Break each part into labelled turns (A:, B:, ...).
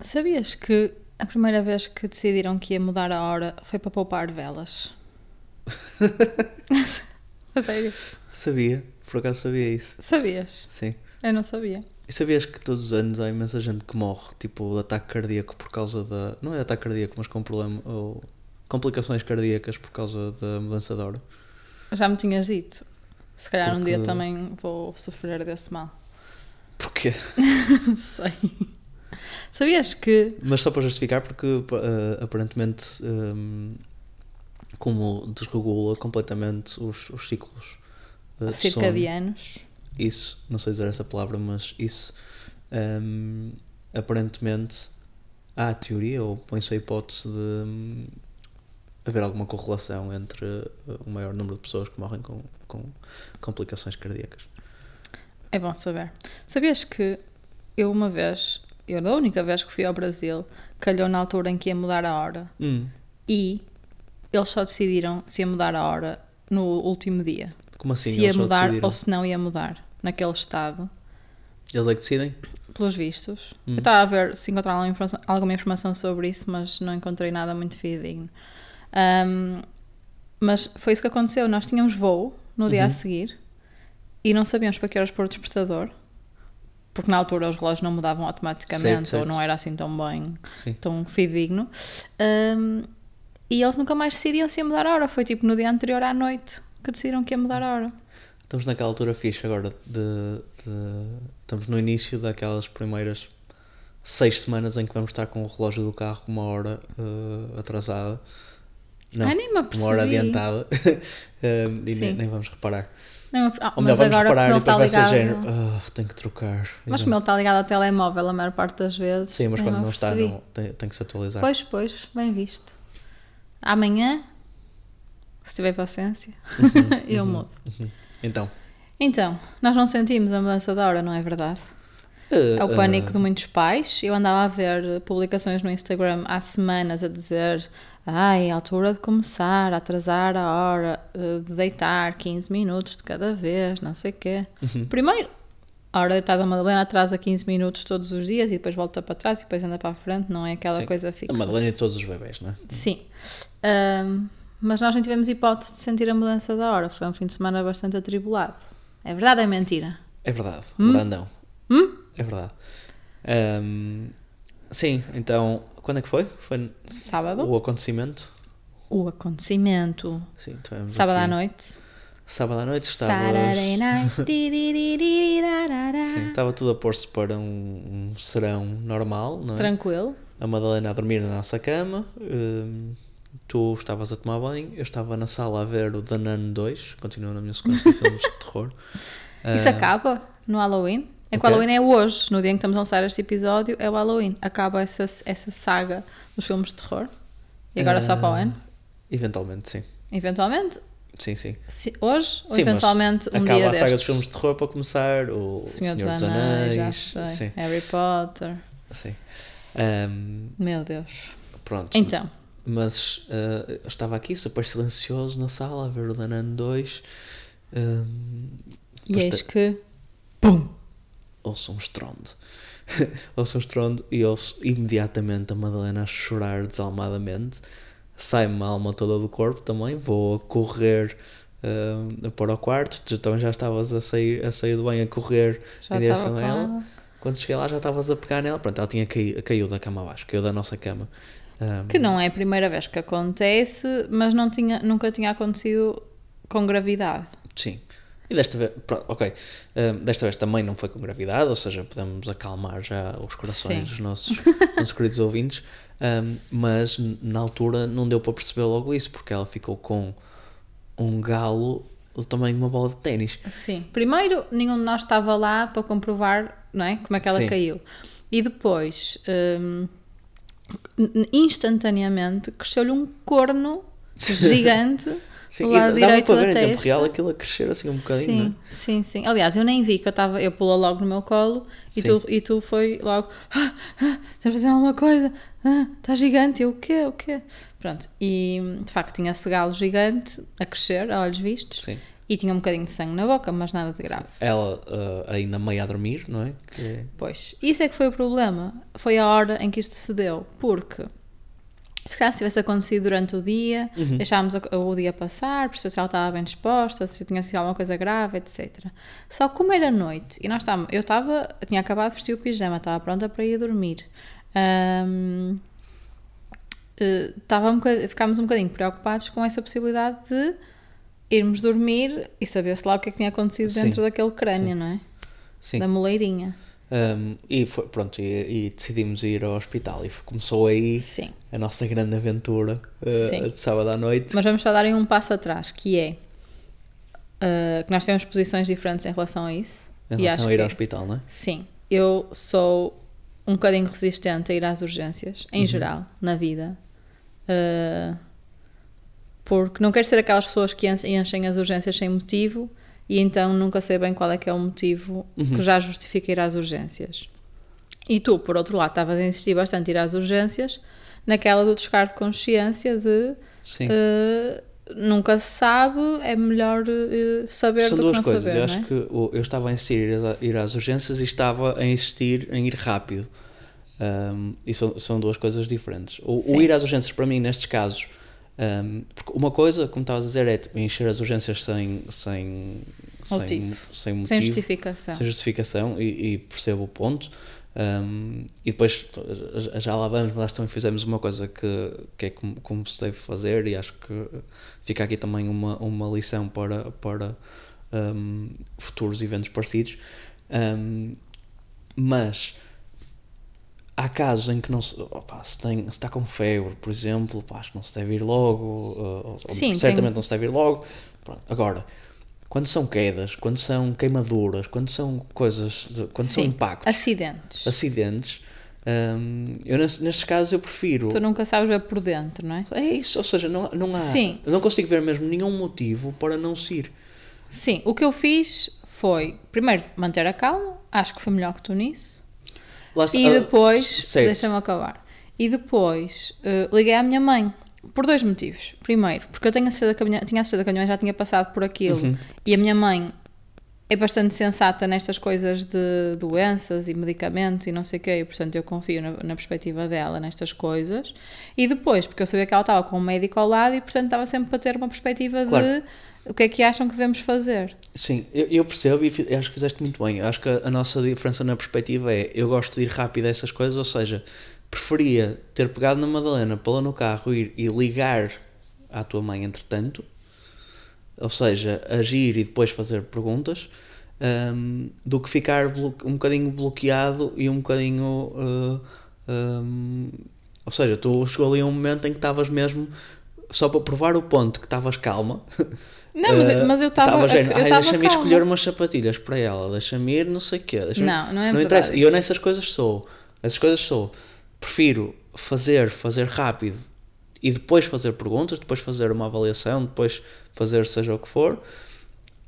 A: Sabias que a primeira vez que decidiram que ia mudar a hora foi para poupar velas? A sério?
B: Sabia, por acaso sabia isso.
A: Sabias?
B: Sim.
A: Eu não sabia.
B: E sabias que todos os anos há imensa gente que morre, tipo, de ataque cardíaco por causa da. Não é de ataque cardíaco, mas com problema. Ou complicações cardíacas por causa da mudança de hora.
A: Já me tinhas dito. Se calhar um dia
B: Porque-
A: também vou sofrer desse mal.
B: Porquê?
A: Não sei. Sabias que.
B: Mas só para justificar, porque eh, aparentemente. hum, como desregula completamente os, os ciclos eh, de sono.
A: Circadianos.
B: isso, não sei dizer essa palavra, mas isso, hum, aparentemente há a teoria, ou põe-se a hipótese de hum, haver alguma correlação entre uh, o maior número de pessoas que morrem com, com complicações cardíacas.
A: É bom saber. Sabias que eu uma vez, eu da única vez que fui ao Brasil, calhou na altura em que ia mudar a hora
B: Hum,
A: e eles só decidiram se ia mudar a hora no último dia.
B: como assim?
A: se ia
B: Eles só
A: mudar
B: decidiram?
A: ou se não ia mudar naquele estado,
B: Eles é que decidem?
A: pelos vistos.
B: Hum.
A: Eu estava a ver se encontrar alguma informação, alguma informação sobre isso, mas não encontrei nada muito fidedigno. Ahm, mas foi isso que aconteceu. Nós tínhamos voo no dia a
B: Uhum.
A: seguir e não sabíamos para que horas pôr o despertador, porque na altura os relógios não mudavam automaticamente
B: Certo,
A: ou
B: certo.
A: não era assim tão bem,
B: Sim.
A: tão fidedigno. Ahm, e eles nunca mais decidiam se ia mudar a hora. Foi tipo no dia anterior à noite que decidiram que ia mudar a hora.
B: Estamos naquela altura fixe agora de, de- Estamos no início daquelas primeiras seis semanas em que vamos estar com o relógio do carro uma hora eh, atrasada. Não,
A: Ai, nem me
B: uma hora
A: apercebi.
B: adiantada. Um, e
A: Sim.
B: nem, nem vamos reparar.
A: Não, mas- ah,
B: Ou melhor,
A: mas
B: vamos
A: agora
B: reparar
A: como
B: e
A: ele
B: depois
A: está
B: vai ser
A: ligado.
B: género. "Ah, tenho que trocar. E
A: Mas
B: não-
A: como ele está ligado ao telemóvel a maior parte das vezes.
B: Sim, mas
A: nem
B: quando
A: me
B: não está,
A: apercebi.
B: não, tem, tem que se atualizar.
A: Pois, pois, bem visto. Amanhã, se tiver paciência, eu mudo.
B: Uhum. Então.
A: Então, nós não sentimos a mudança da hora, não é verdade?
B: eh,
A: É o
B: eh,
A: pânico de muitos pais. Eu andava a ver publicações no Instagram há semanas a dizer: ai, é a altura de começar, a atrasar a hora eh, de deitar 15 minutos de cada vez, não sei o quê.
B: Uhum.
A: Primeiro, a hora de deitar da Madalena atrasa 15 minutos todos os dias e depois volta para trás e depois anda para a frente, não é aquela
B: sim.
A: coisa fixa.
B: A Madalena e todos os bebés, não é?
A: Sim. Ahm, mas nós não tivemos hipótese de sentir a mudança da hora. Foi um fim de semana bastante atribulado. É verdade ou é mentira?
B: É verdade,
A: Hum?
B: Brandão. É verdade. Ahm, sim, então, quando é que foi? Foi
A: Sábado?
B: o acontecimento?
A: O acontecimento.
B: Sim, tivemos
A: Sábado
B: aqui-
A: à noite.
B: Sábado à noite estava.
A: Saturday night. tiriririririrarará.
B: Sim, estava tudo a pôr-se para um, um serão normal, não é?
A: Tranquilo.
B: A Madalena a dormir na nossa cama. ahm, tu estavas a tomar banho. Eu estava na sala a ver o The Nun 2. Continua na minha sequência de filmes de terror.
A: Isso acaba no Halloween. É que
B: Ah. ok.
A: o Halloween é hoje, no dia em que estamos a lançar este episódio, é o Halloween. Acaba essa, essa saga dos filmes de terror. E agora só para o
B: Ah,
A: ano.
B: Eventualmente, sim.
A: Eventualmente,
B: Sim, sim.
A: se- hoje ou
B: Sim, mas
A: eventualmente um
B: acaba
A: dia
B: a saga
A: destes.
B: dos filmes de terror para começar. O
A: Senhor, dos Anéis, já sei. É.
B: Sim,
A: Harry Potter.
B: sim. Ahm,
A: Meu Deus.
B: pronto.
A: Então,
B: Mas eh, eu estava aqui super silencioso na sala a ver o Danan 2. Um,
A: e
B: Pois
A: eis
B: tem-
A: que
B: ouço um estrondo. ouço um estrondo e ouço imediatamente a Madalena a chorar desalmadamente. Sai-me a alma toda do corpo também. Vou a correr eh, para o quarto. Tu também já estavas a sair, a sair do banho a correr
A: já estava
B: em direção
A: com
B: a ela.
A: ela.
B: Quando cheguei lá já estavas a pegar nela. Pronto, ela tinha caído, caiu da cama abaixo, caiu da nossa cama. Ahm,
A: Que não é a primeira vez que acontece, mas não tinha, nunca tinha acontecido com gravidade.
B: Sim. E desta vez, pronto, ok. Ahm, desta vez também não foi com gravidade, ou seja, podemos acalmar já os corações
A: Sim.
B: dos nossos, nossos queridos ouvintes. Ahm, mas n- na altura não deu para perceber logo isso, porque ela ficou com um galo do tamanho de uma bola de ténis.
A: Sim. Primeiro, nenhum de nós estava lá para comprovar não é? como é que ela
B: Sim.
A: caiu. E depois, hum, n- instantaneamente, cresceu-lhe um corno gigante
B: Sim,
A: do
B: e
A: lado
B: dava
A: direito
B: para
A: da
B: ver em tempo
A: testa.
B: real aquilo a crescer assim um bocadinho,
A: sim,
B: né?
A: sim, sim. Aliás, eu nem vi que eu estava. Eu pulou logo no meu colo e
B: Sim.
A: tu, e tu foi logo. Ah, ah, tens de fazer alguma coisa. Ah, está gigante. Eu o quê? O quê? Pronto. E de facto tinha esse galo gigante a crescer, a olhos vistos.
B: Sim.
A: E tinha um bocadinho de sangue na boca, mas nada de grave.
B: Ela ah, ainda meio a dormir, não é? Que-
A: Pois, isso é que foi o problema. Foi a hora em que isto se deu, porque se calhar se tivesse acontecido durante o dia,
B: Uhum.
A: deixámos a- o dia passar, perceber se ela estava bem disposta, se tinha sido alguma coisa grave, etc. Só que como era noite e nós estávamos, eu estava, tinha acabado de vestir o pijama, estava pronta para ir dormir. Ahm, eh, estava um bocad- ficámos um bocadinho preocupados com essa possibilidade de irmos dormir e saber-se lá o que é que tinha acontecido
B: Sim,
A: dentro daquele crânio, não é?
B: Sim.
A: Da moleirinha.
B: Ahm, e foi, pronto, e, e decidimos ir ao hospital. E foi- começou aí
A: Sim.
B: a nossa grande aventura ah,
A: Sim.
B: de sábado à noite.
A: Mas vamos só darem um passo atrás, que é ah, que nós temos posições diferentes em relação a isso.
B: Em
A: E acho
B: relação a ir
A: que-
B: ao hospital, não é?
A: Sim, eu sou um bocadinho resistente a ir às urgências,
B: Uhum.
A: em geral, na vida. Ah, porque não quero ser aquelas pessoas que enche- enchem as urgências sem motivo e então nunca sei bem qual é que é o motivo
B: Uhum.
A: que já justifica ir às urgências. E tu, por outro lado, estavas a insistir bastante em ir às urgências naquela do descargo de consciência de
B: Sim.
A: eh, nunca se sabe, é melhor eh, saber do
B: São
A: que
B: duas
A: não
B: coisas.
A: saber,
B: eu
A: não
B: acho
A: é?
B: que o- eu estava a insistir a ir às urgências e estava a insistir em ir rápido. Ahm, e são, são duas coisas diferentes. O,
A: Sim.
B: o ir às urgências, para mim, nestes casos, ahm, porque uma coisa, como estavas a dizer, é tipo, encher as urgências sem, sem, sem
A: Motivo.
B: sem motivo.
A: Sem justificação.
B: Sem justificação, e, e percebo o ponto. Ahm, e depois eh, já lá vamos, mas também fizemos uma coisa que, que é como, como se deve fazer, e acho que fica aqui também uma, uma lição para, para ahm, futuros eventos parecidos. Ahm, mas há casos em que não se, opá, se, tem, se está com febre, por exemplo, pá, acho que não se deve ir logo, uh, ou- ou
A: Sim,
B: certamente
A: tem-
B: não se deve ir logo. Pronto. Agora, quando são quedas, quando são queimaduras, quando são coisas, de- quando são
A: Sim,
B: impactos,
A: Acidentes.
B: acidentes, hum, eu nes- nestes casos eu prefiro.
A: Tu nunca sabes ver por dentro, não é?
B: É isso, ou seja, não, não há.
A: Sim.
B: eu Não consigo ver mesmo nenhum motivo para não se ir.
A: Sim, o que eu fiz foi, primeiro, manter a calma, acho que foi melhor que tu nisso,
B: Lá está-
A: e
B: ah,
A: depois,
B: certo.
A: deixa-me acabar, e depois eh, liguei à minha mãe, por dois motivos. Primeiro, porque eu tenho a certeza que a minha, tinha a certeza que a minha mãe já tinha passado por aquilo,
B: Uhum.
A: e a minha mãe é bastante sensata nestas coisas de doenças e medicamentos e não sei o quê, e, portanto eu confio na, na perspectiva dela nestas coisas. E depois, porque eu sabia que ela estava com um médico ao lado e portanto estava sempre para ter uma perspectiva
B: Claro.
A: de o que é que acham que devemos fazer.
B: Sim, eu, eu percebo e fi- acho que fizeste muito bem. Acho que a, a nossa diferença na perspectiva é eu gosto de ir rápido a essas coisas, ou seja, preferia ter pegado na Madalena, pô-la no carro ir, e ligar à tua mãe entretanto, ou seja, agir e depois fazer perguntas, hum, do que ficar blo- um bocadinho bloqueado e um bocadinho. uh, hum, ou seja, tu chegou ali a um momento em que estavas mesmo só para provar o ponto que estavas calma.
A: Não, mas-
B: Eh,
A: mas eu estava-
B: tava género,
A: eu
B: "Ai,
A: estava
B: Deixa-me ir
A: calma."
B: escolher umas sapatilhas para ela, deixa-me ir, não sei o quê. deixa-me-
A: Não, não é
B: Não
A: verdade
B: interessa. E
A: isso.
B: eu nessas coisas sou. Nessas coisas sou. Prefiro fazer, fazer rápido e depois fazer perguntas, depois fazer uma avaliação, depois fazer seja o que for,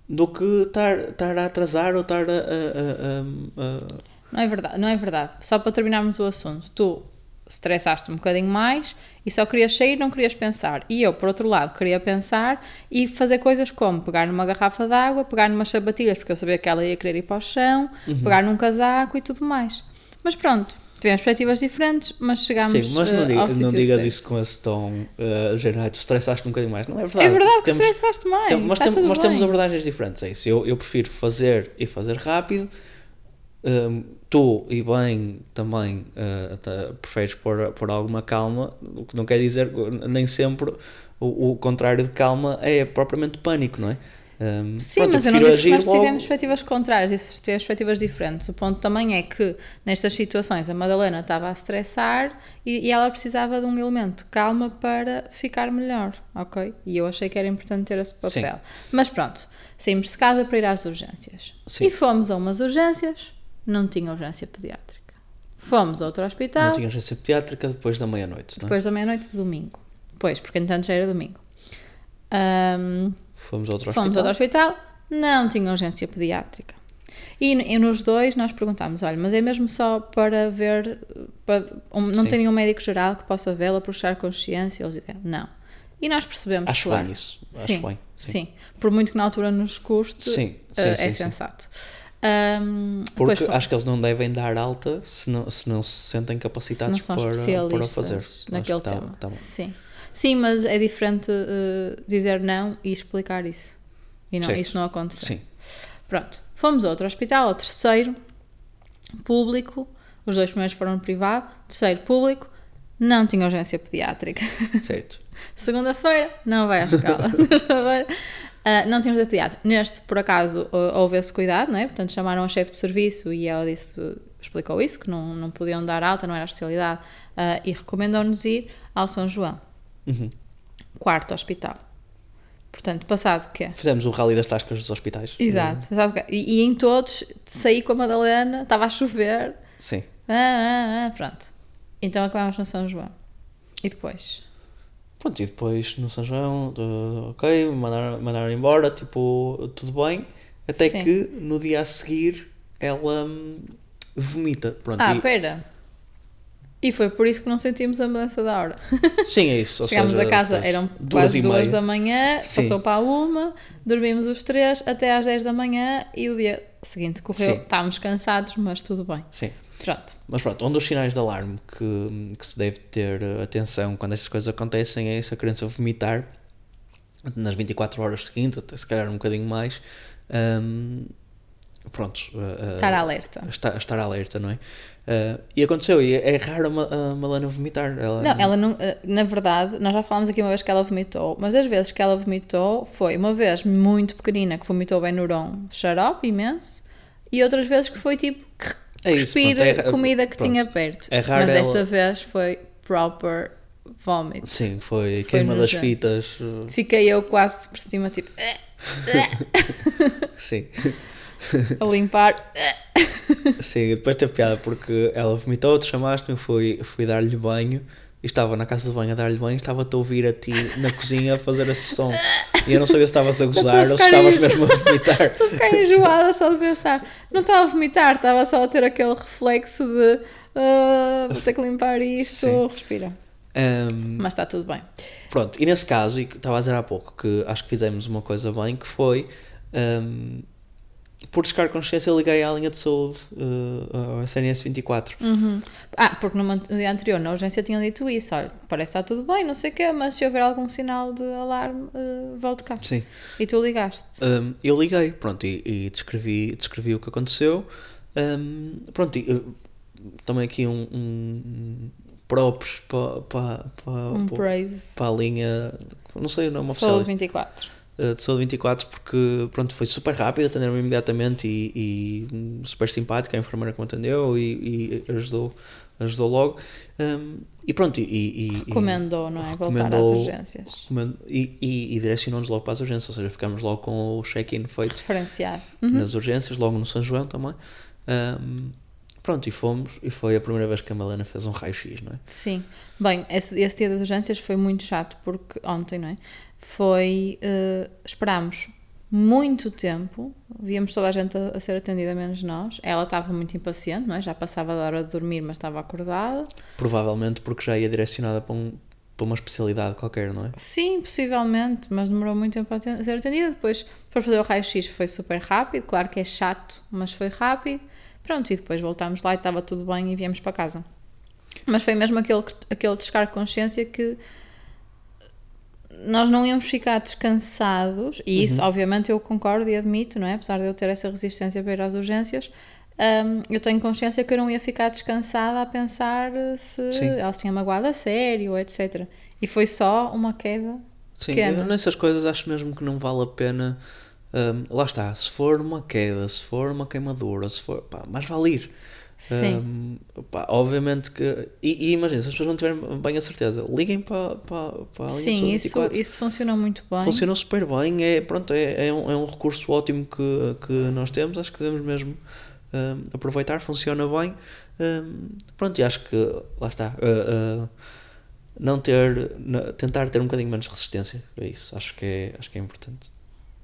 B: do que estar, estar a atrasar ou estar a. a- a- a- a-
A: Não é verdade, não é verdade. Só para terminarmos o assunto, tu estressaste um bocadinho mais e só querias sair, não querias pensar. E eu, por outro lado, queria pensar e fazer coisas como pegar numa garrafa de água, pegar numas sapatilhas, porque eu sabia que ela ia querer ir para o chão,
B: Uhum.
A: pegar num casaco e tudo mais. Mas pronto, tivemos perspectivas diferentes, mas chegámos
B: Sim, mas não,
A: eh,
B: diga-
A: ao
B: não
A: sítio
B: digas
A: certo.
B: isso com esse tom eh, geral, "Ah, tu estressaste um bocadinho mais. Não é verdade.
A: É verdade que
B: Temos-
A: estressaste mais.
B: Tem- nós
A: está Ah,
B: temos,
A: tá tudo
B: nós temos
A: bem.
B: abordagens diferentes a isso. Eu, eu prefiro fazer e fazer rápido. Hum, tu e bem também ah, tá- preferes pôr, pôr alguma calma, o que não quer dizer nem sempre o, o contrário de calma é propriamente pânico, não é? Hum,
A: Sim,
B: pronto,
A: mas eu não
B: prefiro
A: disse que
B: agir
A: nós
B: logo.
A: tivemos perspectivas contrárias, disse que tivemos perspectivas diferentes. O ponto também é que nestas situações a Madalena estava a estressar e, e ela precisava de um elemento de calma para ficar melhor, ok? E eu achei que era importante ter esse papel. Mas pronto, saímos de casa para ir às urgências.
B: Sim.
A: E fomos a umas urgências, não tinha urgência pediátrica. Fomos a outro
B: Não
A: hospital,
B: tinha agência pediátrica depois da meia-noite, não é?
A: depois da meia-noite de domingo. Pois, porque entanto já era domingo. Ahm,
B: Fomos a outro
A: Fomos
B: hospital.
A: ao hospital, não tinha urgência pediátrica. E, n- e nos dois nós perguntámos: olha, mas é mesmo só para ver. para- um- não
B: Sim.
A: tem nenhum médico geral que possa vê-la, puxar consciência? Eles disseram: não. E nós percebemos,
B: Acho
A: claro.
B: bem isso. Acho
A: sim,
B: bem.
A: Sim.
B: Sim.
A: Por muito que na altura nos custe,
B: Sim, sim,
A: eh,
B: sim,
A: é
B: sim.
A: sensato. Ahm, depois
B: Porque
A: fa-
B: acho que eles não devem dar alta se não se, não se sentem
A: se não
B: capacitados
A: são
B: para, para o
A: especialistas
B: fazer. Acho que
A: naquele
B: tá-
A: tema.
B: tá bom.
A: Sim. Sim, mas é diferente eh, dizer não e explicar isso. E não,
B: Certo.
A: isso não aconteceu.
B: Sim.
A: Pronto, fomos a outro hospital, ao terceiro, público, os dois primeiros foram privado, terceiro público, não tinha urgência pediátrica.
B: Certo.
A: Segunda-feira, não vai à escola. Terça-feira, ah, não tinha urgência pediátrica. Neste, por acaso, ah, houve esse cuidado, não é? Portanto, chamaram a chefe de serviço e ela disse, explicou isso, que não, não podiam dar alta, não era a especialidade, ah, e recomendou-nos ir ao São João,
B: Uhum.
A: quarto hospital. Portanto, passado que
B: Fizemos o rally das tascas dos hospitais.
A: Exato,
B: É.
A: sabe o quê? E, e em todos saí com a Madalena, estava a chover,
B: Sim.
A: ah, ah, ah, pronto. Então acabámos no São João. E depois?
B: Pronto, e depois no São João, eh, ok, mandaram, mandaram embora, tipo, tudo bem. Até
A: Sim.
B: que no dia a seguir ela hum, vomita. Pronto,
A: Ah,
B: e-
A: pera. E foi por isso que não sentimos a mudança da hora.
B: sim, é isso. ou
A: Chegámos
B: seja,
A: a casa,
B: depois
A: eram
B: duas
A: quase
B: e
A: duas
B: meia.
A: da manhã,
B: Sim.
A: passou para a uma, dormimos os três até às 10 da manhã e o dia seguinte correu.
B: Sim.
A: Estávamos cansados, mas tudo bem.
B: Sim.
A: Pronto.
B: Mas pronto, um dos sinais de alarme que, que se deve ter eh, atenção quando estas coisas acontecem é essa criança vomitar nas 24 horas seguintes, até se calhar um bocadinho mais. hum, pronto. eh, eh,
A: Estar alerta.
B: Estar, estar alerta, não é? Eh, e aconteceu, e é raro a, Ma- a Malena vomitar. Ela,
A: Não, ela não. eh, Na verdade, nós já falámos aqui uma vez que ela vomitou, mas as vezes que ela vomitou foi uma vez muito pequenina que vomitou Benuron, xarope imenso, e outras vezes que foi tipo que
B: É isso,
A: cuspir
B: pronto, é ra-
A: comida que
B: pronto.
A: tinha perto.
B: É raro
A: mas desta
B: ela-
A: vez foi proper vómito.
B: Sim, foi,
A: Foi
B: queima das
A: nojento.
B: fitas. eh,
A: Fiquei eu quase por cima, tipo, eh,
B: eh, Sim.
A: a limpar. eh.
B: Sim, depois teve piada porque ela vomitou, tu chamaste-me, eu fui, fui dar-lhe banho e estava na casa de banho a dar-lhe banho e estava-te a ouvir a ti na cozinha a fazer esse som. E eu não sabia se estavas a
A: estou a
B: gozar ou se
A: ficar
B: estavas
A: enjo-
B: mesmo a vomitar.
A: Estou a ficar enjoada só de pensar. Não estava a vomitar, estava só a ter aquele reflexo de ah, vou ter que limpar isto,
B: Sim.
A: respira.
B: Ahm,
A: Mas está tudo bem.
B: pronto, e nesse caso, e que estava a dizer há pouco que acho que fizemos uma coisa bem que foi. ahm, por descar consciência, eu liguei à linha de saúde, eh, ao SNS 24.
A: Uhum. Ah, porque no man- no dia anterior na urgência tinham dito isso, olha, parece que está tudo bem, não sei o quê, mas se houver algum sinal de alarme, eh, volte cá.
B: Sim.
A: E tu ligaste.
B: Um, eu liguei, pronto, e, e descrevi, descrevi o que aconteceu. Um, pronto, e, uh, também aqui um, um props para, para,
A: Um praise.
B: a linha, não sei o nome oficial
A: Saúde 24.
B: uh, de Saúde 24, porque pronto, foi super rápido, atenderam-me imediatamente e, e, hum, super simpática a enfermeira que me atendeu e, e ajudou, ajudou logo. Um, e pronto, e, e, e-
A: Recomendou, não é? Voltar às
B: recomendou-
A: urgências.
B: recomendo- E, e, e direcionou-nos logo para as urgências, ou seja, ficámos logo com o check-in feito
A: Referenciar.
B: nas urgências, logo no São João também. Ahm, pronto, e fomos, e foi a primeira vez que a Malena fez um raio-x, não é?
A: Sim. Bem, esse, esse dia das urgências foi muito chato, porque ontem, não é? Foi. eh, esperámos muito tempo, víamos toda a gente a, a ser atendida, menos nós. Ela estava muito impaciente, não é? Já passava da hora de dormir, mas estava acordada.
B: Provavelmente porque já ia direcionada para, um- para uma especialidade qualquer, não é?
A: Sim, possivelmente, mas demorou muito tempo a aten- ser atendida. Depois, para fazer o raio-x, foi super rápido. Claro que é chato, mas foi rápido. Pronto, e depois voltámos lá e estava tudo bem e viemos para casa. Mas foi mesmo aquele, que- aquele descargo de consciência que nós não íamos ficar descansados, e
B: Uhum.
A: isso, obviamente, eu concordo e admito, não é? Apesar de eu ter essa resistência para ir às urgências, hum, eu tenho consciência que eu não ia ficar descansada a pensar eh, se
B: Sim.
A: ela se tinha magoado a sério, etc. E foi só uma queda.
B: Sim,
A: pequena.
B: eu nessas coisas acho mesmo que não vale a pena. ahm, lá está, se for uma queda, se for uma queimadura, se for. pá, mais vale ir.
A: Sim.
B: Ahm, pá, obviamente que. E, e imagina, se as pessoas não tiverem bem a certeza, liguem para, para, para a linha
A: Sim,
B: Saúde
A: isso,
B: 24.
A: isso funcionou muito bem.
B: Funcionou super bem, é, pronto, é, é, um, é um recurso ótimo que, que nós temos, acho que devemos mesmo hum, aproveitar, funciona bem. hum, pronto, e acho que lá está. uh, uh, não ter, na- tentar ter um bocadinho menos resistência é isso, acho que é, acho que é importante.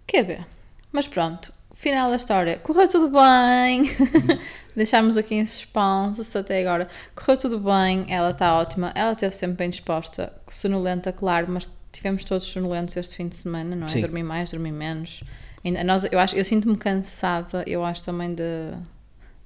A: Quer ver? Mas pronto, final da história. Correu tudo bem.
B: Uhum.
A: Deixámos aqui em suspense se até agora. Correu tudo bem, ela está ótima, ela esteve sempre bem disposta, sonolenta, claro, mas Tivemos todos sonolentos este fim de semana, não é?
B: Sim.
A: Dormi mais, dormi menos. Ainda- nós, eu acho, eu sinto-me cansada, eu acho também de-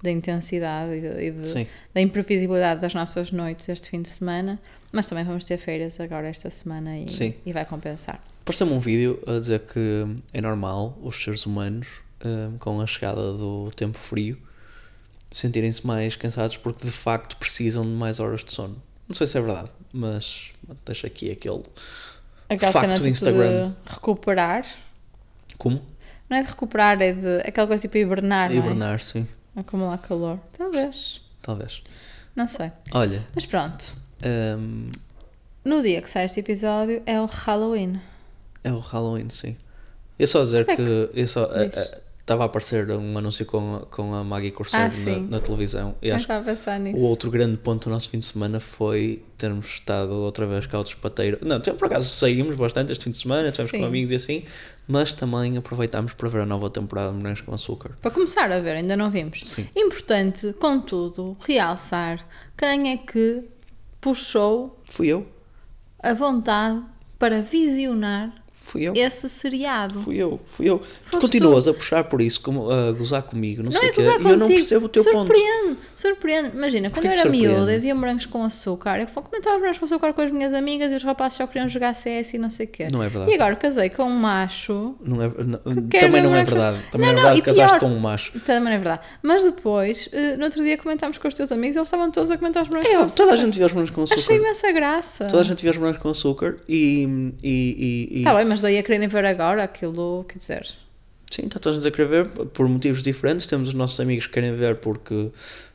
A: da intensidade e, de- e de-
B: Sim.
A: da imprevisibilidade das nossas noites este fim de semana, mas também vamos ter feiras agora esta semana e,
B: Sim.
A: e vai compensar.
B: Apareceu-me um vídeo a dizer que hum, é normal os seres humanos, hum, com a chegada do tempo frio, sentirem-se mais cansados porque de facto precisam de mais horas de sono. Não sei se é verdade, mas deixa aqui aquele.
A: Aquela
B: Facto
A: cena
B: do
A: tipo,
B: Instagram.
A: de recuperar,
B: Como?
A: não é de recuperar, é de aquela coisa tipo hibernar, não é?
B: Hibernar, sim.
A: Acumular calor. Talvez.
B: Talvez.
A: Não sei.
B: Olha,
A: Mas pronto.
B: hum,
A: No dia que sai este episódio é o Halloween.
B: é o Halloween, sim. Eu só dizer
A: É
B: que. Eu só. eh,
A: Diz.
B: Estava a aparecer um anúncio com, a- com a Maggie Corsair na,
A: Ah, sim. Ah,
B: na televisão e
A: Não
B: acho que
A: estava a pensar nisso.
B: O outro grande ponto do nosso fim de semana foi termos estado outra vez cá ao despateiro. Não, t- por acaso saímos bastante este fim de semana, estivemos
A: Sim.
B: com amigos e assim, mas também aproveitámos para ver a nova temporada de Morangos com Açúcar.
A: Para começar a ver, ainda não vimos.
B: Sim.
A: Importante, contudo, realçar quem é que puxou
B: Fui eu,
A: a vontade para visionar
B: fui eu,
A: esse seriado.
B: fui eu, fui eu.
A: Foste
B: Tu continuas a puxar por isso, como, a gozar comigo, não,
A: Não
B: sei
A: é
B: o quê,
A: gozar
B: e eu não
A: contigo.
B: percebo o teu ponto.
A: surpreende, Surpreende. Imagina, quando
B: Porquê
A: eu
B: que
A: era
B: surpreende?
A: miúda, havia morangos com açúcar. Eu fal- comentava morangos com açúcar com as minhas amigas e os rapazes só queriam jogar CS e não sei o quê.
B: Não é verdade.
A: E agora casei com um macho
B: Não é, não-
A: Quero
B: também
A: ver
B: não é
A: morangos com-
B: verdade. Também
A: Não,
B: não,
A: não,
B: é verdade
A: e
B: que casaste
A: pior.
B: com um macho.
A: Também é verdade. Mas depois, eh, no outro dia comentámos com os teus amigos, eles estavam todos a comentar os morangos
B: É,
A: com
B: ó,
A: açúcar.
B: toda a gente vê os morangos com
A: Achei
B: açúcar.
A: imensa graça.
B: Toda a gente vê os morangos com açúcar e. e, e, e
A: Tá bem, mas daí a quererem ver agora aquilo, quer dizer...
B: Sim, está toda a gente a querer ver por motivos diferentes. Temos os nossos amigos que querem ver porque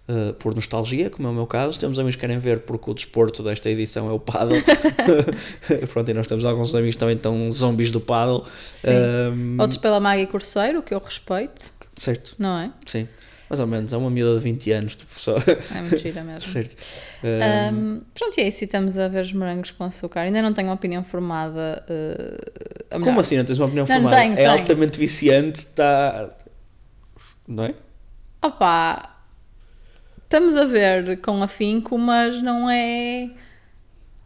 B: eh, por nostalgia, como é o meu caso. Temos amigos que querem ver porque o desporto desta edição é o paddle. Pronto, e nós temos alguns amigos que também estão zombies do paddle.
A: Sim.
B: Ahm,
A: Outros pela Maggie Corseiro, que eu respeito,
B: certo,
A: não é?
B: sim. Mais ou menos, é uma miúda de 20 anos, tipo, só.
A: É mentira mesmo.
B: certo. Ehm, Ahm,
A: Ahm, pronto, e aí estamos a ver os morangos com açúcar. Ainda não tenho uma opinião formada. eh, ou melhor,
B: como assim não tens uma opinião
A: Não,
B: formada?
A: tenho,
B: é
A: tenho.
B: altamente viciante, está. Não é?
A: Opa! Estamos a ver com afinco, mas não é.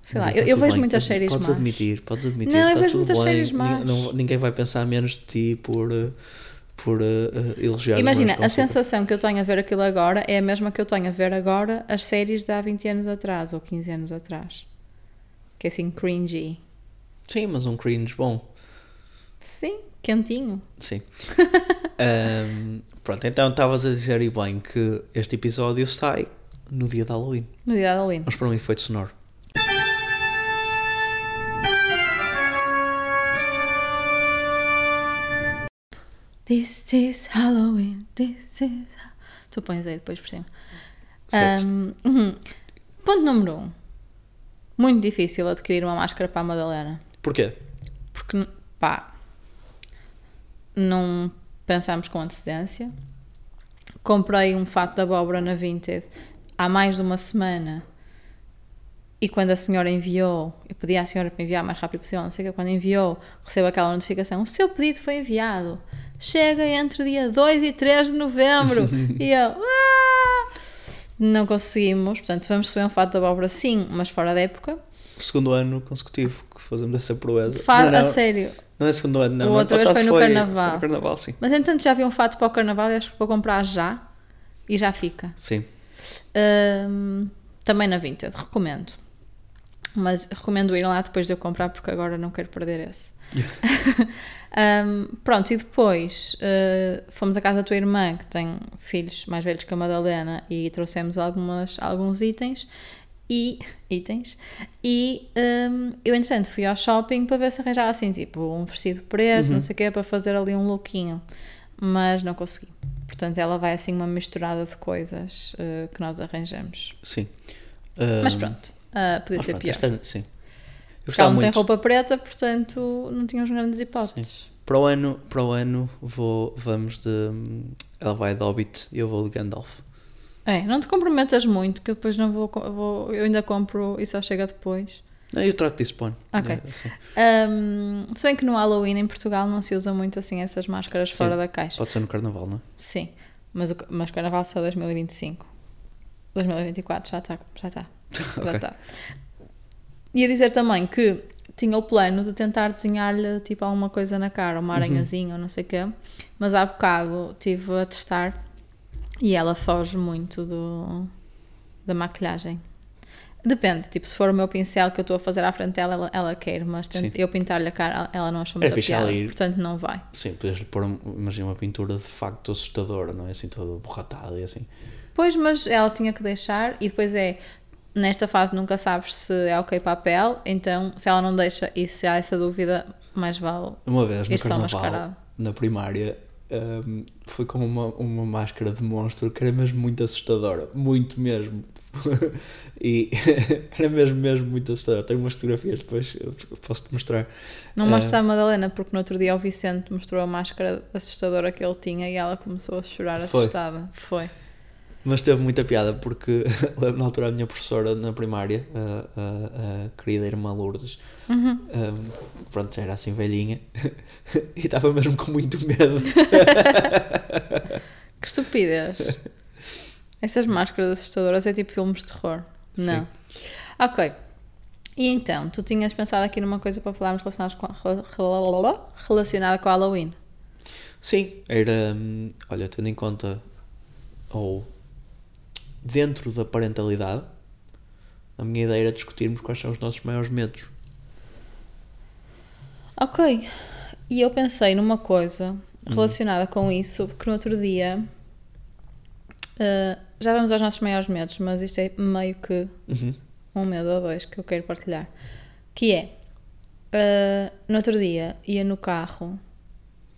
A: Sei lá,
B: Tá
A: eu, eu
B: tudo
A: vejo
B: bem,
A: muitas
B: podes-
A: séries
B: Podes
A: más.
B: admitir, podes admitir.
A: Não, eu
B: está
A: vejo
B: tudo
A: muitas
B: bem,
A: séries
B: ninguém-
A: más.
B: não- ninguém vai pensar menos de ti por, eh, por eh, eh, elogiar os
A: Imagina, a
B: morangos com açúcar.
A: sensação que eu tenho a ver aquilo agora é a mesma que eu tenho a ver agora as séries de há 20 anos atrás ou 15 anos atrás. Que é assim, cringy.
B: Sim, mas um cringe bom.
A: Sim, quentinho.
B: Sim. Ahm, pronto, então estavas a dizer e bem que este episódio sai no dia de Halloween.
A: No dia de Halloween.
B: Vamos para um efeito sonoro.
A: This is Halloween, this is... Ha- Tu pões aí depois por cima.
B: Certo.
A: Ahm, uhum. Ponto número Um. Muito difícil adquirir uma máscara para a Madalena.
B: Porquê?
A: Porque, pá, não pensámos com antecedência. Comprei um fato de abóbora na Vinted há mais de uma semana. E quando a senhora enviou, eu pedi à senhora para enviar o mais rápido possível, não sei o que, quando enviou, recebo aquela notificação: o seu pedido foi enviado, chega entre dia 2 e 3 de novembro. e eu, "Ah!" não conseguimos, portanto, vamos receber um fato de abóbora sim, mas fora da época.
B: Segundo ano consecutivo que fazemos essa proeza.
A: Fado,
B: não,
A: a
B: não,
A: sério,
B: não é segundo ano, não.
A: O
B: ano
A: outra vez
B: passado
A: foi no Carnaval.
B: Foi no carnaval, sim.
A: Mas entanto já vi um fato para o carnaval e acho que vou comprar já e já fica.
B: Sim.
A: Ahm, também na Vinted, recomendo. Mas recomendo ir lá depois de eu comprar porque agora não quero perder esse. Ahm, pronto, e depois ah, fomos à casa da tua irmã que tem filhos mais velhos que a Madalena e trouxemos algumas, alguns itens e itens e ahm, eu entretanto fui ao shopping para ver se arranjava assim tipo um vestido preto,
B: Uhum.
A: não sei o quê, para fazer ali um lookinho mas não consegui. Portanto, ela vai assim uma misturada de coisas eh, que nós arranjamos.
B: Sim.
A: Mas
B: Ahm,
A: pronto, ah, podia
B: mas
A: ser
B: pronto,
A: pior.
B: este ano, sim. Eu
A: Porque ela
B: gostava
A: não tem
B: muito.
A: roupa preta, portanto não tínhamos grandes hipóteses.
B: Para o ano, para o ano vou, vamos de. Ela vai de Hobbit e eu vou de Gandalf.
A: É, não te comprometas muito, que eu depois não vou, co- vou- Eu ainda compro e só chega depois.
B: Não, eu trato disso para o ano.
A: Ok.
B: É, assim.
A: Ahm, se bem que no Halloween em Portugal não se usa muito assim essas máscaras
B: Sim.
A: fora da caixa.
B: Pode ser no carnaval, não é?
A: Sim, mas o ca- mas o carnaval só é 2025. 2024 já tá. está. Já está.
B: Ok.
A: Já está. Ia dizer também que tinha o plano de tentar desenhar-lhe tipo alguma coisa na cara, uma
B: Uhum.
A: aranhazinha ou não sei o quê, mas há bocado estive a testar e ela foge muito do, da maquilhagem. Depende, tipo, se for o meu pincel que eu estou a fazer à frente dela, ela, ela quer, mas tento-
B: Sim.
A: eu pintar-lhe a cara, ela não achou
B: Era
A: muito
B: fixe ela
A: piada,
B: ir-
A: portanto não vai.
B: Sim, podes pôr, um- imagina, uma pintura de facto assustadora, não é? Assim, toda borratada e assim.
A: Pois, mas ela tinha que deixar e depois é nesta fase nunca sabes se é ok para a pele, então se ela não deixa e se há essa dúvida, mais vale.
B: Uma vez no
A: Ir só
B: carnaval,
A: mascarado.
B: na primária, hum, foi com uma, uma máscara de monstro que era mesmo muito assustadora, muito mesmo. e era mesmo, mesmo muito assustadora. Tenho umas fotografias, depois eu posso-te mostrar.
A: Não
B: Ah,
A: mostra à Madalena, porque no outro dia o Vicente mostrou a máscara assustadora que ele tinha e ela começou a chorar
B: Foi.
A: assustada. Foi.
B: Mas teve muita piada porque lembro na altura a minha professora na primária, a, a- a querida irmã Lourdes,
A: Uhum.
B: um, pronto, já era assim velhinha e estava mesmo com muito medo.
A: Que estupidez. Essas máscaras assustadoras é tipo filmes de terror.
B: Sim.
A: Não. Ok. E então, tu tinhas pensado aqui numa coisa para falarmos relacionadas com, rela- relacionada com Halloween.
B: Sim, era. hum, Olha, tendo em conta. Ou. Dentro da parentalidade, a minha ideia era discutirmos quais são os nossos maiores medos.
A: Ok. E eu pensei numa coisa relacionada com isso, porque no outro dia eh, já vamos aos nossos maiores medos, mas isto é meio que
B: Uhum.
A: um medo ou dois que eu quero partilhar. Que é, eh, no outro dia ia no carro,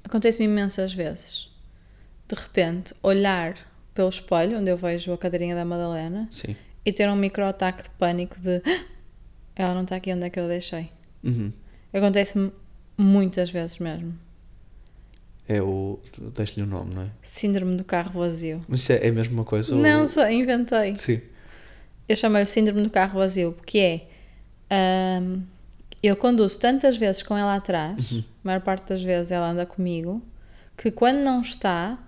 A: acontece-me imensas vezes, de repente olhar pelo espelho, onde eu vejo a cadeirinha da Madalena,
B: Sim.
A: e ter um micro-ataque de pânico de "Ah, ela não está aqui onde é que eu a deixei.
B: Uhum.
A: Acontece-me muitas vezes mesmo.
B: É o. Deixo-lhe o nome, não é?
A: Síndrome do carro vazio.
B: Mas isso é, é a mesma coisa? ou-
A: Não, só inventei.
B: Sim.
A: Eu chamo-lhe síndrome do carro vazio, porque é. ahm, eu conduzo tantas vezes com ela atrás, a maior parte das vezes ela anda comigo, que quando não está,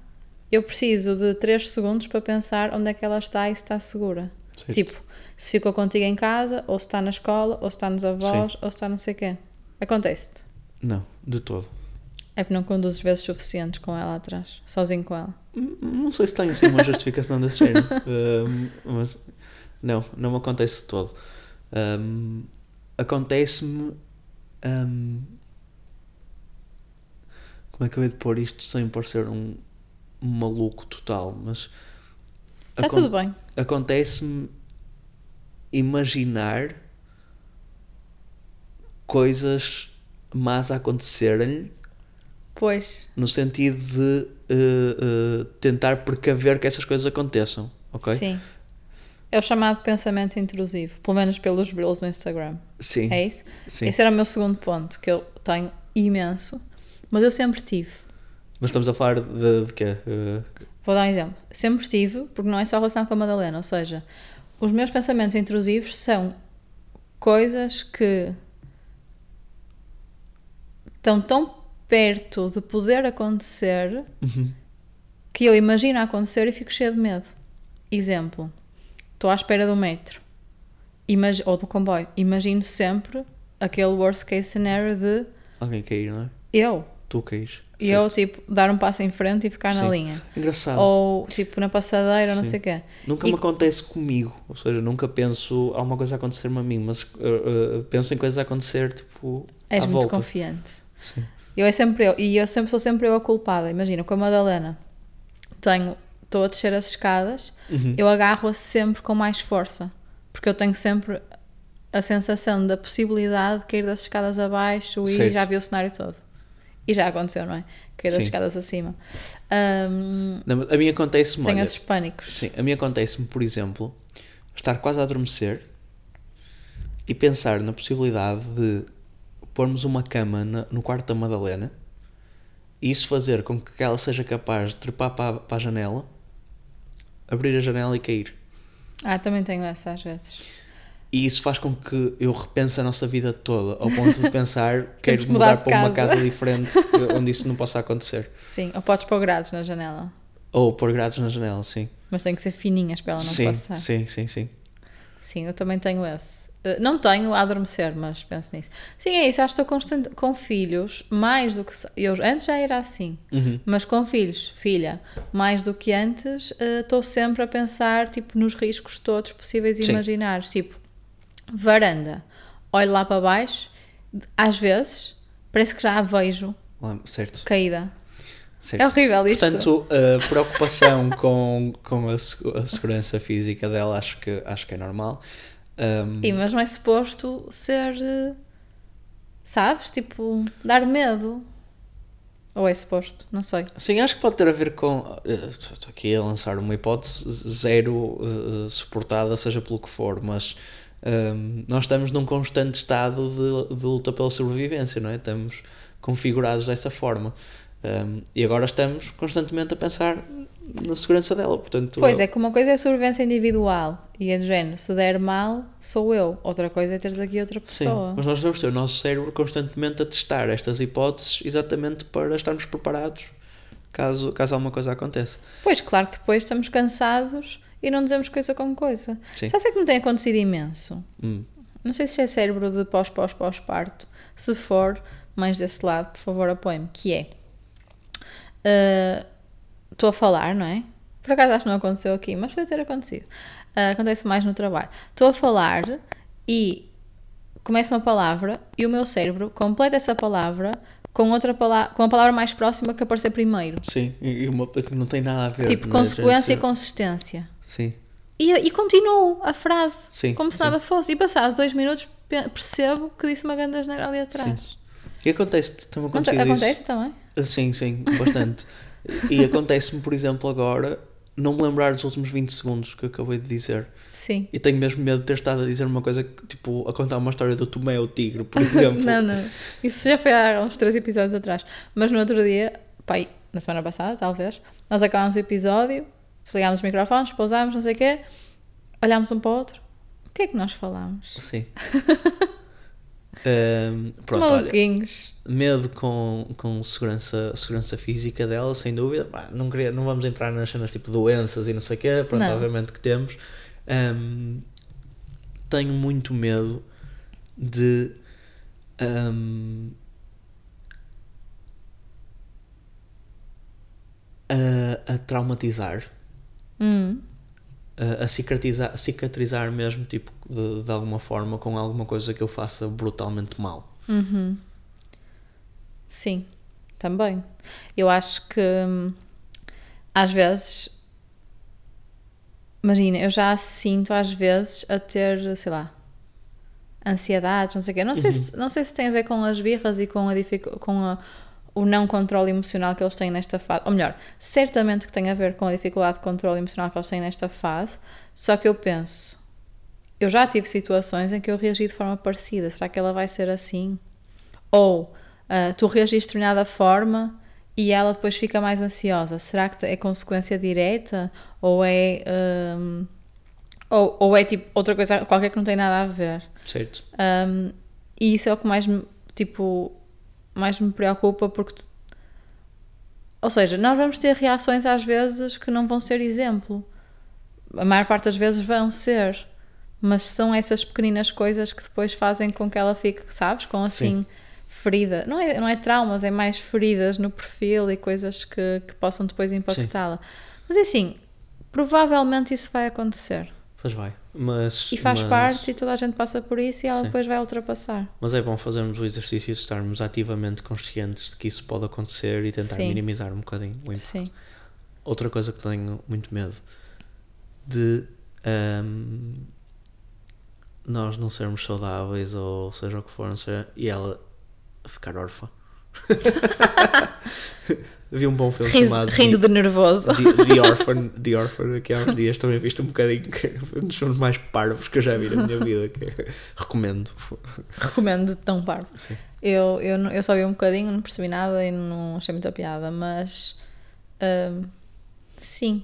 A: eu preciso de 3 segundos para pensar onde é que ela está e se está segura.
B: Certo.
A: Tipo, se ficou contigo em casa, ou se está na escola, ou se está nos avós, ou se está não sei quê. Acontece-te.
B: Não, de todo.
A: É porque não conduzes vezes suficientes com ela atrás, sozinho com ela.
B: Hum, Não sei se tenho sim uma justificação desse género. Hum, mas não, não me acontece de todo. Hum, Acontece-me. hum, como é que eu hei de pôr isto sem parecer um, um maluco total? Mas.
A: Está Tá
B: acon-
A: tudo bem.
B: Acontece-me imaginar coisas más a acontecerem-lhe
A: Pois,
B: no sentido de eh, eh, tentar precaver que essas coisas aconteçam, ok?
A: sim. É o chamado pensamento intrusivo, pelo menos pelos reels no Instagram.
B: Sim.
A: É isso?
B: Sim.
A: Esse era o meu segundo ponto, que eu tenho imenso, mas eu sempre tive.
B: Mas estamos a falar de, de quê? Eh,
A: Vou dar um exemplo. Sempre tive, porque não é só relacionado com a Madalena, ou seja, os meus pensamentos intrusivos são coisas que estão tão perto de poder acontecer
B: uhum,
A: que eu imagino a acontecer e fico cheia de medo. Exemplo, estou à espera do metro imag- ou do comboio. Imagino sempre aquele worst case scenario de
B: alguém cair, não é?
A: eu.
B: Tu caís.
A: E eu, tipo, dar um passo em frente e ficar na
B: Sim.
A: linha.
B: Engraçado.
A: Ou, tipo, na passadeira, ou não
B: Sim.
A: sei o quê.
B: Nunca
A: e-
B: me acontece comigo, ou seja, nunca penso há uma coisa a acontecer-me a mim, mas eh, eh, penso em coisas a acontecer tipo
A: És
B: à
A: muito
B: volta.
A: confiante.
B: Sim.
A: Eu é sempre eu. E eu sempre sou sempre eu a culpada. Imagina, com a Madalena. Tenho... Estou a descer as escadas.
B: Uhum.
A: Eu agarro-a sempre com mais força. Porque eu tenho sempre a sensação da possibilidade de cair das escadas abaixo e
B: Certo.
A: já vi o cenário todo. E já aconteceu, não é? Cair das
B: Sim.
A: escadas acima. Ahm,
B: Não, mas a mim acontece-me,
A: tenho
B: olha,
A: esses pânicos.
B: Sim, a mim acontece-me, por exemplo, estar quase a adormecer e pensar na possibilidade de pormos uma cama na- no quarto da Madalena e isso fazer com que ela seja capaz de trepar para, a- para a janela, abrir a janela e cair.
A: Ah, também tenho essa às vezes.
B: E isso faz com que eu repense a nossa vida toda, ao ponto de pensar quero
A: Temos que mudar
B: mudar
A: de
B: para uma
A: casa.
B: casa diferente que- onde isso não possa acontecer.
A: Sim. Ou podes pôr grados na janela.
B: Ou pôr grades na janela, sim.
A: Mas tem que ser fininhas para ela não
B: Sim,
A: passar.
B: sim, sim, sim.
A: Sim, eu também tenho esse. Eh, Não tenho a adormecer, mas penso nisso. Sim, é isso. Acho que estou constante, com filhos, mais do que. se- Eu antes já era assim,
B: Uhum.
A: mas com filhos, filha, mais do que antes, eh, estou sempre a pensar tipo, nos riscos todos possíveis e
B: Sim.
A: imaginares. Tipo, varanda, olho lá para baixo, às vezes parece que já a vejo
B: Lá- Certo.
A: caída.
B: certo.
A: É horrível isto.
B: Portanto, a preocupação com, com a, segu- a segurança física dela acho que, acho que é normal. Um,
A: Sim, mas não é suposto ser. eh, Sabes? Tipo, dar medo. Ou é suposto? Não sei.
B: Sim, acho que pode ter a ver com. eh, Estou aqui a lançar uma hipótese zero eh, suportada, seja pelo que for, mas ehm, nós estamos num constante estado de, de luta pela sobrevivência, não é? Estamos configurados dessa forma. Ehm, e agora estamos constantemente a pensar na segurança dela, portanto.
A: Pois é, que uma coisa é a sobrevivência individual e é do género, se der mal, sou eu. Outra coisa é teres aqui outra
B: Sim,
A: pessoa.
B: mas nós vamos ter o nosso cérebro constantemente a testar estas hipóteses exatamente para estarmos preparados caso, caso alguma coisa aconteça.
A: Pois, claro que depois estamos cansados e não dizemos coisa com coisa.
B: Sim.
A: Sabe o que é que me tem acontecido imenso?
B: Hum,
A: Não sei se é cérebro de pós, pós, pós parto. Se for, mais desse lado, por favor, apoiem-me. Que é. ah, Estou a falar, não é? Por acaso acho que não aconteceu aqui, mas pode ter acontecido. Ah, acontece mais no trabalho. Estou a falar e começo uma palavra e o meu cérebro completa essa palavra com outra palavra, com a palavra mais próxima que aparecer primeiro.
B: Sim, e e uma, que não tem nada a ver.
A: Tipo,
B: não é?
A: consequência e
B: Gente,
A: consistência.
B: Sim.
A: E, e continuo a frase,
B: Sim,
A: como se
B: sim.
A: nada fosse. E passado dois minutos pe- percebo que disse uma grande asneira ali atrás.
B: Sim. E acontece, também
A: Não te-
B: acontece Ah,
A: acontece também?
B: Sim, sim, bastante. e acontece-me, por exemplo, agora, não me lembrar dos últimos 20 segundos que eu acabei de dizer.
A: Sim.
B: E tenho mesmo medo de ter estado a dizer uma coisa, que, tipo, a contar uma história do Tomé o Tigre, por exemplo.
A: não, não. Isso já foi há uns três episódios atrás. Mas no outro dia, pai, na semana passada, talvez, nós acabámos o episódio, desligámos os microfones, pousámos, não sei o quê, olhámos um para o outro. O que é que nós falámos?
B: Sim. Ahm, pronto, olha,
A: Maluquinhos.
B: medo com, com segurança, segurança física dela, sem dúvida. Pá, não, queria, não vamos entrar nas cenas tipo doenças e não sei o quê, pronto,
A: Não.
B: obviamente que temos. Ahm, tenho muito medo de. ahm, a, a traumatizar,
A: Hum.
B: a, a cicatrizar, a cicatrizar mesmo, tipo, de, de alguma forma, com alguma coisa que eu faça brutalmente mal.
A: Uhum. Sim, também. Eu acho que hum, às vezes. Imagina, eu já a sinto às vezes a ter, sei lá, ansiedades, não sei o quê. Não sei, se, não sei se tem a ver com as birras e com, a dificu- com a- o não controle emocional que eles têm nesta fase. Ou melhor, certamente que tem a ver com a dificuldade de controle emocional que eles têm nesta fase. Só que eu penso, eu já tive situações em que eu reagi de forma parecida. Será que ela vai ser assim? Ou ah, tu reagiste de determinada forma e ela depois fica mais ansiosa. Será que é consequência direta? Ou é. hum, ou, ou é tipo outra coisa qualquer que não tem nada a ver?
B: Certo?
A: Um, e isso é o que mais me, tipo, mais me preocupa porque. tu- Ou seja, nós vamos ter reações às vezes que não vão ser exemplo. A maior parte das vezes vão ser. Mas são essas pequeninas coisas que depois fazem com que ela fique, sabes? Com assim,
B: Sim.
A: ferida. Não é, não é traumas, é mais feridas no perfil e coisas que, que possam depois impactá-la. Mas assim, provavelmente isso vai acontecer.
B: Pois vai. Mas,
A: E faz
B: mas-
A: parte e toda a gente passa por isso e ela
B: Sim.
A: depois vai ultrapassar.
B: Mas é bom fazermos o exercício de estarmos ativamente conscientes de que isso pode acontecer e tentar
A: Sim.
B: minimizar um bocadinho o impacto.
A: Sim.
B: Outra coisa que tenho muito medo de ahm, nós não sermos saudáveis ou seja o que for, não sei, e ela ficar órfã. Vi um bom filme chamado
A: rindo de nervoso.
B: The, The Orphan, The Orphan, aqui há uns dias também viste um bocadinho que foi um dos filmes mais parvos que eu já vi na minha vida. que- recomendo.
A: Recomendo tão parvo.
B: Sim.
A: Eu, eu, não- eu só vi um bocadinho, não percebi nada e não achei muita piada, mas. hum, sim.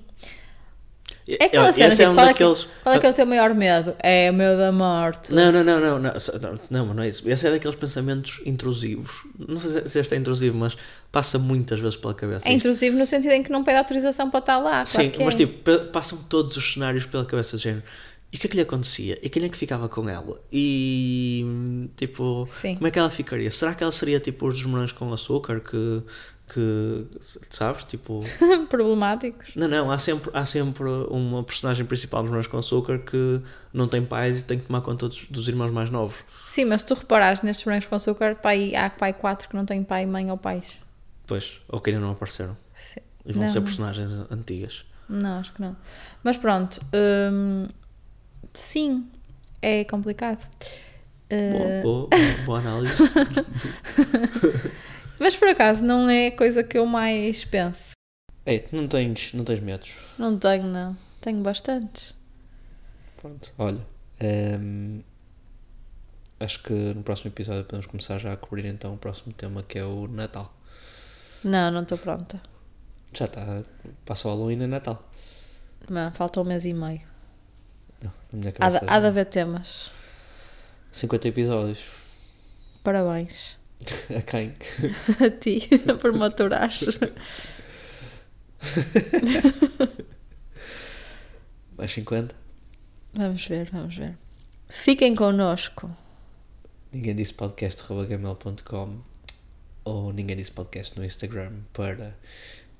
A: É aquela
B: Esse um
A: cena, tipo, qual, é que,
B: daqueles- Ah,
A: qual é que é o teu maior medo? É o medo da morte.
B: Não, não, não, não, não, só- não, não, mas não é isso. Esse é daqueles pensamentos intrusivos. Não sei se- se este é intrusivo, mas passa muitas vezes pela cabeça.
A: é
B: isto.
A: intrusivo no sentido em Ah, que não pede autorização para estar lá. claro
B: Sim,
A: que
B: mas
A: é.
B: tipo, pe- passam todos os cenários pela cabeça do género. E o que é que lhe acontecia? E quem é que ficava com ela? E tipo,
A: Sim.
B: como é que ela ficaria? Será que ela seria tipo os morangos com açúcar que, que sabes? Tipo,
A: Problemáticos.
B: não, não, há sempre, há sempre uma personagem principal dos morangos com açúcar que não tem pais e tem que tomar conta dos, dos irmãos mais novos.
A: Sim, mas se tu reparares nestes morangos com açúcar, pai, há pai 4 que não tem pai, mãe ou pais.
B: Pois, ou que ainda não apareceram.
A: Sim.
B: E vão
A: Não.
B: ser personagens antigas.
A: Não, acho que não. Mas pronto, hum, sim, é complicado.
B: Boa,
A: Uh,
B: boa, boa análise.
A: mas por acaso não é a coisa que eu mais penso.
B: Ei, tu não tens, não tens medos.
A: Não tenho, não. Tenho bastantes.
B: Pronto, olha. ehm, acho que no próximo episódio podemos começar já a cobrir então o próximo tema que é o Natal.
A: Não, não estou pronta.
B: Já está, passa o Halloween e Natal.
A: Não, falta um mês e meio.
B: Não, na minha
A: Há de,
B: cabeça.
A: há de haver temas.
B: 50 episódios.
A: Parabéns
B: a quem?
A: a ti por maturares.
B: Mais 50?
A: Vamos ver, vamos ver. Fiquem connosco.
B: Ninguém disse podcast.gmail.com ou ninguém disse podcast no Instagram para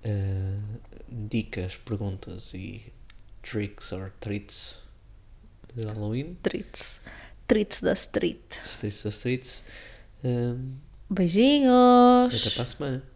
B: eh, dicas, perguntas e tricks or treats de Halloween.
A: Treats. Treats da street.
B: Streets to Streets. Um,
A: Beijinhos.
B: até para a semana.